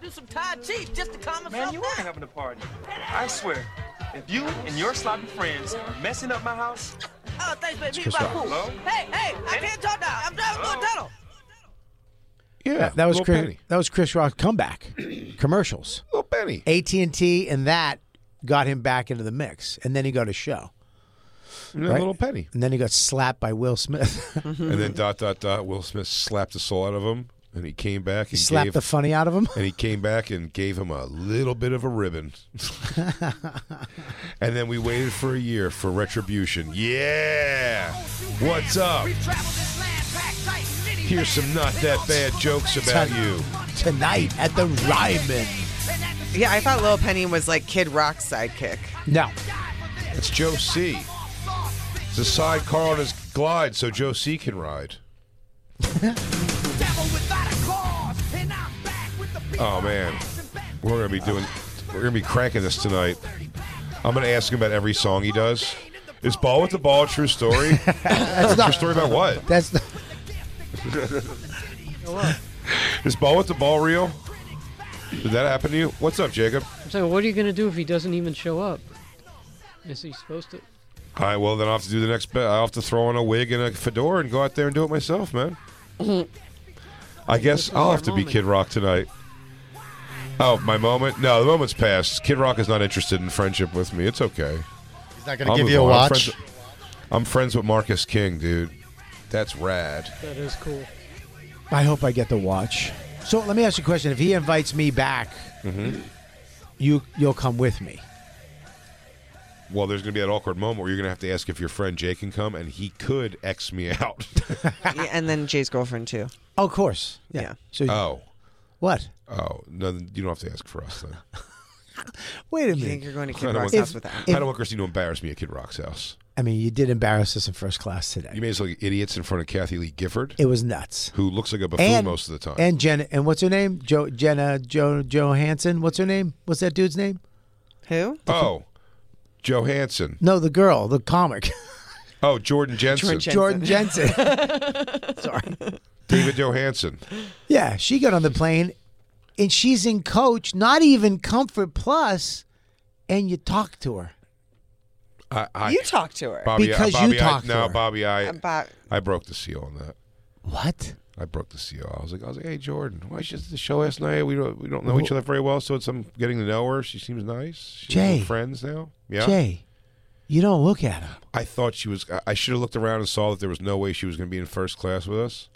do some Tai Chi just to calm us Man, you are having a party. I swear, if you and your sloppy friends are messing up my house. Oh, thanks, baby.
Chris Rock.
Hello? Hey, hey, I can't talk now. I'm driving through a tunnel.
Yeah,
that, that was
Little
Chris.
Penny.
That was Chris Rock's comeback. Commercials.
Little Penny.
AT and T, and that got him back into the mix, and then he got a show.
And then Little Penny.
And then he got slapped by Will Smith.
and then dot dot dot. Will Smith slapped the soul out of him, and he came back.
he
and
slapped
gave-
the funny out of him.
and he came back and gave him a little bit of a ribbon. and then we waited for a year for retribution. Yeah. What's up? Here's some not that bad jokes about you.
Tonight at the Ryman.
Yeah, I thought Lil Penny was like Kid Rock's sidekick.
No.
It's Joe C. It's a sidecar on his glide so Joe C can ride. Oh man, we're gonna be doing, we're gonna be cracking this tonight. I'm gonna ask him about every song he does. Is Ball with the Ball a true story? That's
not-
true story about what?
That's not,
Is Ball with the Ball real? Did that happen to you? What's up, Jacob?
I'm saying, what are you going to do if he doesn't even show up? Is he supposed to?
All right, well then I'll have to do the next bet. I'll have to throw on a wig and a fedora and go out there and do it myself, man. I guess I'll have to be Kid Rock tonight. Oh, my moment? No, the moment's passed. Kid Rock is not interested in friendship with me. It's okay.
He's not gonna
I'll
give
move
you a
on. I'm
watch?
friends- I'm friends with Marcus King, dude. That's rad.
That is cool.
I hope I get the watch. So let me ask you a question. If he invites me back,
Mm-hmm.
you you'll come with me.
Well, there's going to be that awkward moment where you're going to have to ask if your friend Jay can come, and he could X me out.
Yeah, and then Jay's girlfriend too.
Oh, of course. Yeah. So
oh.
What?
Oh, no, you don't have to ask for us then.
Wait a
You
minute.
think you're going to
I
Kid
don't
Rock's
want-
house without?
I don't want Christine to embarrass me at Kid Rock's house.
I mean, you did embarrass us in first class today.
You made us look like idiots in front of Kathy Lee Gifford.
It was nuts.
Who looks like a buffoon
and,
most of the time.
And Jenna and what's her name? Jo Jenna Jo Johansson. What's her name? What's that dude's name?
Who?
oh, Johansson.
No, the girl, the comic.
Oh, Jordan Jensen.
Jordan Jensen.
David Johansson.
yeah, she got on the plane and she's in coach, not even comfort plus, and you talk to her.
I, I,
You talked to her.
Bobby,
Because
I,
you
Bobby,
talked
I,
to
no,
her. Um,
Bobby, I,
I'm back.
I broke the seal on that.
What?
I broke the seal. I was like, I was like, hey Jordan, why should the show last night? We don't, we don't know each other very well, so it's I'm getting to know her. She seems nice. She's
Jay.
friends now. Yeah.
Jay, you don't look at him.
I thought she was. I- I should have looked around and saw that there was no way she was going to be in first class with us.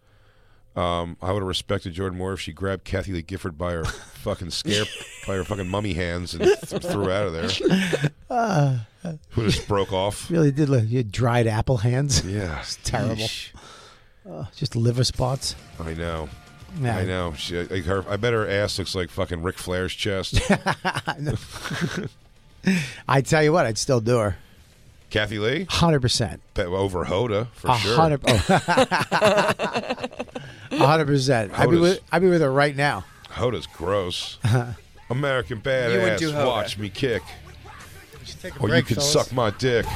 Um, I would have respected Jordan more if she grabbed Kathy Lee Gifford by her fucking scare, by her fucking mummy hands and th- threw her out of there.
Uh,
Would have just broke off.
really did look. You had dried apple hands.
Yeah.
It's terrible.
Yeesh.
Uh, just liver spots.
I know.
Yeah.
I know. She, like her, I bet her ass looks like fucking Ric Flair's chest.
I tell you what, I'd still do her.
Kathy Lee,
100%.
bet over Hoda for
A
sure.
hundred- oh. A 100%. I'd be,
Hoda's-
with, I'd be with her right now.
Hoda's gross.
Uh-huh.
American
You would
badass.
do Hoda.
Watch me kick.
Take a
Or
break,
you can
fellas.
suck my dick.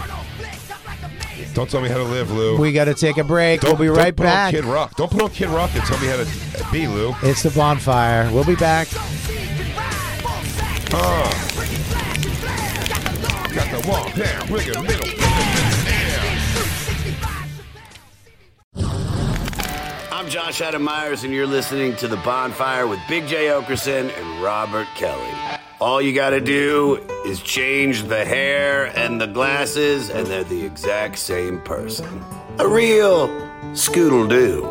Don't tell me how to live, Lou.
We got to take a break.
Don't-
we'll be
don't
right
put on
back.
Kid Rock. Don't put on Kid Rock and tell me how to uh, be, Lou.
It's the bonfire. We'll be back.
Uh. Got the walk down, wiggle, middle, wiggle, middle, yeah.
I'm
Josh Adam Myers, and you're listening to The Bonfire with Big J. Okerson and Robert Kelly. All you gotta do is change the hair and the glasses, and they're the exact same person. A real scoodle doo.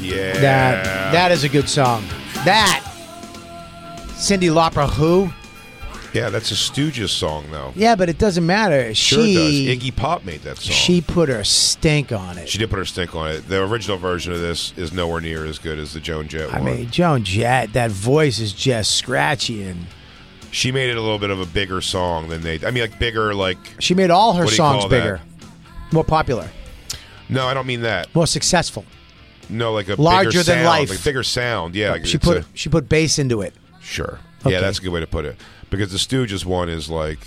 Yeah.
That that is a good song. That Cindy Lauper, who?
Yeah, that's a Stooges song, though.
Yeah, but it doesn't matter.
Sure
she
does. Iggy Pop made that song.
she put her stink on it.
She did put her stink on it. The original version of this is nowhere near as good as the Joan Jett
I
one.
mean, Joan Jett, that voice is just scratchy, and
she made it a little bit of a bigger song than they. I mean, like bigger, like
she made all her
What do you
songs
call that?
bigger, more popular,
no, I don't mean that.
more successful.
No, like a
Larger
bigger
than
sound,
life.
like bigger sound. Yeah, like
she
it's
put
a-
she put bass into it.
Sure. Yeah, that's a good way to put it. Because the Stooges one is like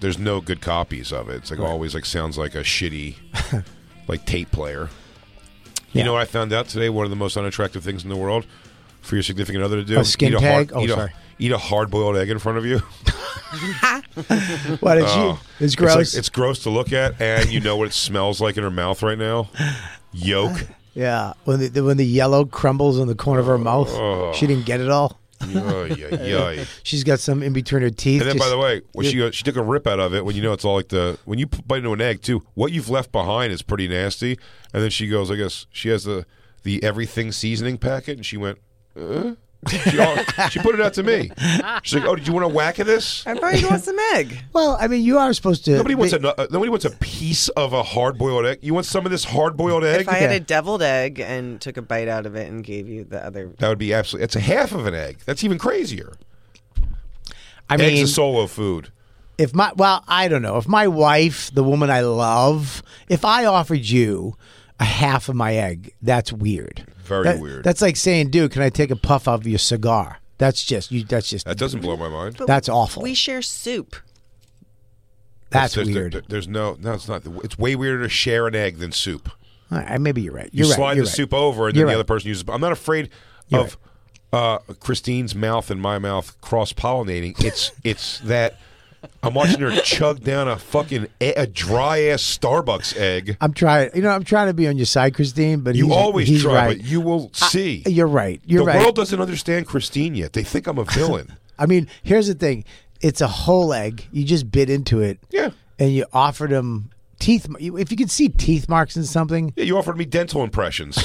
there's no good copies of it. It's like always like sounds like a shitty like tape player. You know what I found out today? One of the most unattractive things in the world for your significant other to do
A skin
eat a
tag?
hard
Oh,
eat,
sorry.
A, eat a hard boiled egg in front of you.
Why did
Oh.
you? It's
like-
gross.
it's gross to look at and you know what it smells like in her mouth right now. Yolk.
yeah, when the, the when the yellow crumbles on the corner of her mouth,
Oh.
she didn't get it all.
Yoy, yoy, yoy.
She's got some in between her teeth.
And then, by
just-
the way, when she goes, she took a rip out of it. When you know it's all like the when you bite into an egg too, what you've left behind is pretty nasty. And then she goes, I guess she has the the everything seasoning packet, and she went. Uh? She, all- she put it out to me. She's like, "Oh, did you want a whack of this?
I thought you want some egg.
Well, I mean, you are supposed to.
Nobody wants a nu- uh, nobody wants a piece of a hard boiled egg. You want some of this hard boiled egg?
If I had a deviled egg and took a bite out of it and gave you the other,
that would be absolutely. That's a half of an egg. That's even crazier.
I
Egg's
mean-
a solo food.
If my well, I don't know. If my wife, the woman I love, if I offered you a half of my egg, that's weird.
Very
That-
weird.
That's like saying, "Dude, can I take a puff of your cigar?" That's just you. That's just
That doesn't blow my mind.
that's awful.
we share soup.
That's
there's,
weird.
There, there's no, no, it's not. It's way weirder to share an egg than soup.
All right, maybe you're right.
You
You're right,
slide
you're
the
right.
soup over, and then
You're
the
right.
other person uses. I'm not afraid
You're
of uh, Christine's mouth and my mouth cross pollinating. It's it's that I'm watching her chug down a fucking e- a dry ass Starbucks egg.
I'm trying. You know, I'm trying to be on your side, Christine. But
You
he's-
always
he's
try,
right.
but you will see.
You're right. You're
the
right.
world doesn't understand Christine yet. They think I'm a villain.
I mean, here's the thing: it's a whole egg. You just bit into it.
Yeah.
And you offered him teeth. mar- you- If you could see teeth marks in something,
yeah, you offered me dental impressions.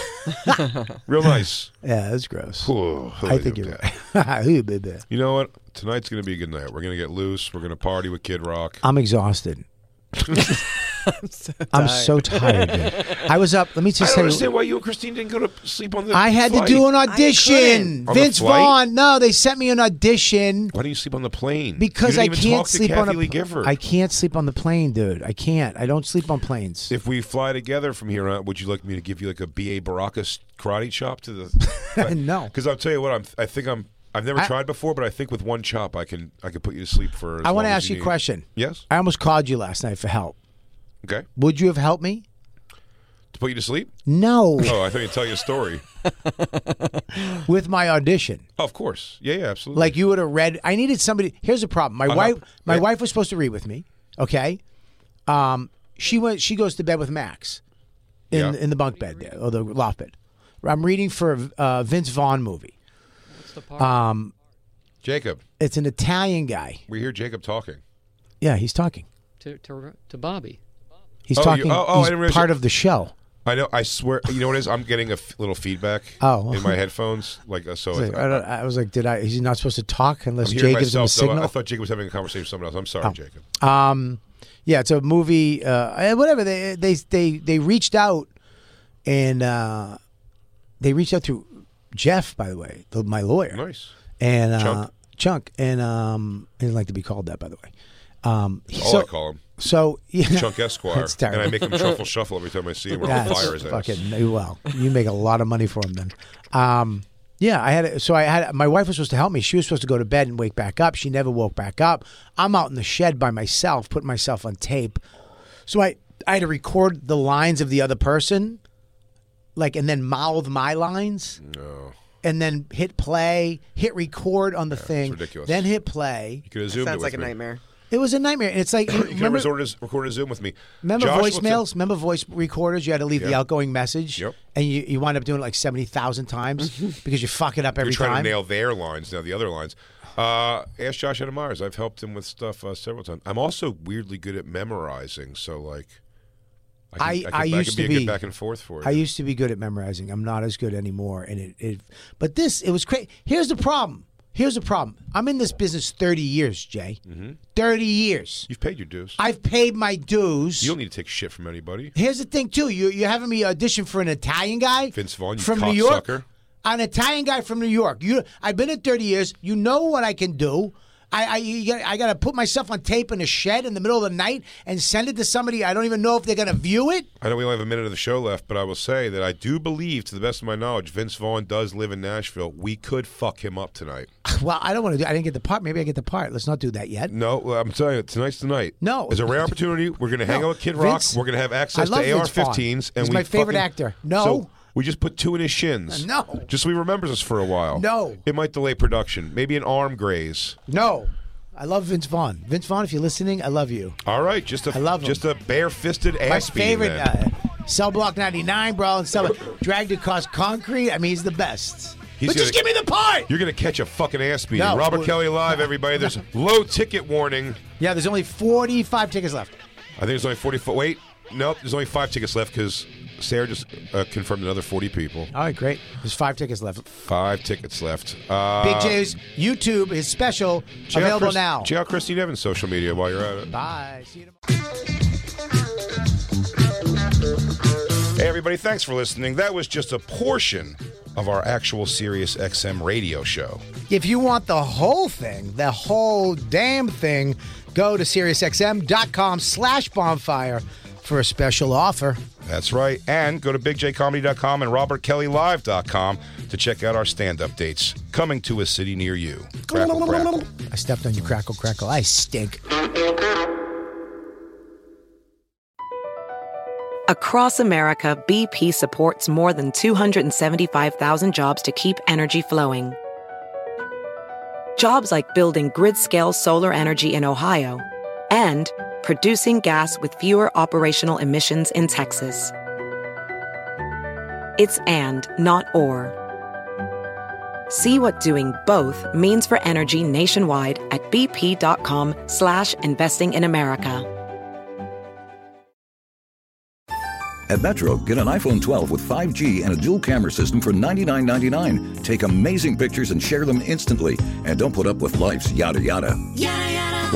Real nice.
yeah, that's gross.
Ooh,
I think you're right. Who did that?
You know what? Tonight's gonna be a good night. We're gonna get loose. We're gonna party with Kid Rock.
I'm exhausted.
I'm so
I'm so tired. dude. I was up. Let me
I
just
don't
tell you.
understand why you and Christine didn't go to sleep on the.
I had to
flight.
do an audition.
On the
Vince
flight?
Vaughn. No, they sent me an audition.
Why do you sleep on the plane?
Because
You
I
didn't even
can't
talk to
sleep
Kathy
on a
Lee
pl-
Gifford.
I can't sleep on the plane, dude. I can't. I don't sleep on planes.
If we fly together from here on, would you like me to give you like a BA Baracus karate chop to the?
No.
because I'll tell you what I'm. I think I'm. I've never
I-
tried before, but I think with one chop, I can. I can put you to sleep for. As
I
want to
ask you a question.
Yes.
I almost called you last night for help.
Okay.
Would you have helped me?
To put you to sleep.
No.
Oh, I thought you'd tell you a story.
With my audition.
Oh, of course. Yeah. Yeah. Absolutely.
Like you would have read. I needed somebody. Here's the problem. My
Uh-huh.
wife. My
Yeah.
wife was supposed to read with me. Okay. Um. She went. She goes to bed with Max, in
Yeah.
in the bunk bed there, or the loft bed. I'm reading for a uh, Vince Vaughn movie.
What's the part?
Um.
Jacob.
It's an Italian guy.
We hear Jacob talking.
Yeah, he's talking.
to, to, to Bobby.
He's
Oh, you-
talking.
oh, oh, I didn't
he's
realize
part
you-
of the show.
I know. I swear. You know what it is? I'm getting a f- little feedback.
Oh.
In my headphones, like uh, so.
I,
it's-
don't, I was like, did I? He's not supposed to talk
I'm
unless
hearing
Jay gives him a
myself, though. I-
signal.
I thought Jacob was having a conversation with someone else. I'm sorry,
Oh.
Jacob.
Um, yeah, it's a movie. Uh, eh, whatever they they they they reached out, and uh, they reached out to Jeff, by the way, the, my lawyer.
Nice.
And uh,
Chunk.
Chunk. and um, I didn't like to be called that, by the way. Um, he-
All
so,
Oh, I call him.
So yeah,
Chunk Esquire.
That's terrible.
And I make him truffle shuffle every time I see him. Or I'll
That's
fire his ass.
fucking well. You make a lot of money for him then. Um, yeah, I had so I had my wife was supposed to help me. She was supposed to go to bed and wake back up. She never woke back up. I'm out in the shed by myself, putting myself on tape. So I I had to record the lines of the other person, like and then mouth my lines.
No.
And then hit play, hit record on the thing,
ridiculous.
then hit play.
You could have zoomed it with me.
nightmare.
It was a nightmare. And it's like
you can
remember,
record a, record a Zoom with me.
remember
Josh looked at-
voicemails? Remember voice recorders? You had to leave the
Yep.
outgoing message,
Yep.
and you, you wind up doing it like seventy thousand times because you fuck it up every
You're trying
time.
to nail their lines now, the other lines. Uh, ask Josh Adam Myers. I've helped him with stuff uh, several times. I'm also weirdly good at memorizing, so like,
I,
can-
I,
can-
used
can
to
a
be
good back and forth for you.
I used to be good at memorizing. I'm not as good anymore, and it. it but this, it was crazy. Here's the problem. Here's the problem. I'm in this business 30 years, Jay.
Mhm.
30 years.
You've paid your dues.
I've paid my dues.
You don't need to take shit from anybody.
Here's the thing, too. You, you're having me audition for an Italian guy
Vince Vaughn, you
from
cocksucker.
New York. An Italian guy from New York. You, I've been in 30 years. You know what I can do. I, I, you got, I got to put myself on tape in a shed in the middle of the night and send it to somebody. I don't even know if they're going to view it.
I know we only have a minute of the show left, but I will say that I do believe, to the best of my knowledge, Vince Vaughn does live in Nashville. We could fuck him up tonight.
Well, I don't want to do. I didn't get the part. Maybe I get the part. Let's not do that yet.
No, well, I'm telling you, tonight's the night.
No,
It's a rare opportunity. We're going to hang
No,
out with Kid Rock.
Vince-
We're going to have
I
access to
love Vince
AR-15s,
Vaughn.
and
He's
we
my favorite
fucking-
actor. No.
So we just put two in his shins.
No.
just so he remembers us for a while.
No.
it might delay production. Maybe an arm graze.
No, I love Vince Vaughn. Vince Vaughn, if you're listening, I love you.
All right, just a
love him.
just a bare-fisted ass
My
beating
favorite,
then.
uh, Cell Block 99, bro, and Cell Dragged Across Concrete. I mean, he's the best.
He's
but just give
gonna-
me the part.
You're going to catch a fucking ass beating.
No.
Robert Kelly live, everybody. There's low ticket warning.
Yeah, there's only 45 tickets left.
I think there's only 40 foot. Wait, nope. There's only five tickets left because Sarah just uh, confirmed another 40 people.
All right, great. There's five tickets left.
Five tickets left. Uh,
Big J's YouTube is special,
check out
available
Chris-
now.
Check out Christy Nevin's social media while you're at it.
Bye. See you tomorrow.
Hey, everybody, thanks for listening. That was just a portion of our actual Sirius XM radio show.
If you want the whole thing, the whole damn thing, go to SiriusXM.com slash bonfire for a special offer.
That's right. And go to bigjcomedy.com and robertkellylive.com to check out our stand up dates coming to a city near you. Crackle, crackle.
I stepped on you, crackle, crackle. I stink.
Across America, BP supports more than 275,000 jobs to keep energy flowing. Jobs like building grid scale solar energy in Ohio and producing gas with fewer operational emissions in Texas. It's and, not or. See what doing both means for energy nationwide at bp.com slash investing in America.
At Metro, get an iPhone 12 with 5G and a dual camera system for $99.99. Take amazing pictures and share them instantly. And don't put up with life's yada yada. Yada yada.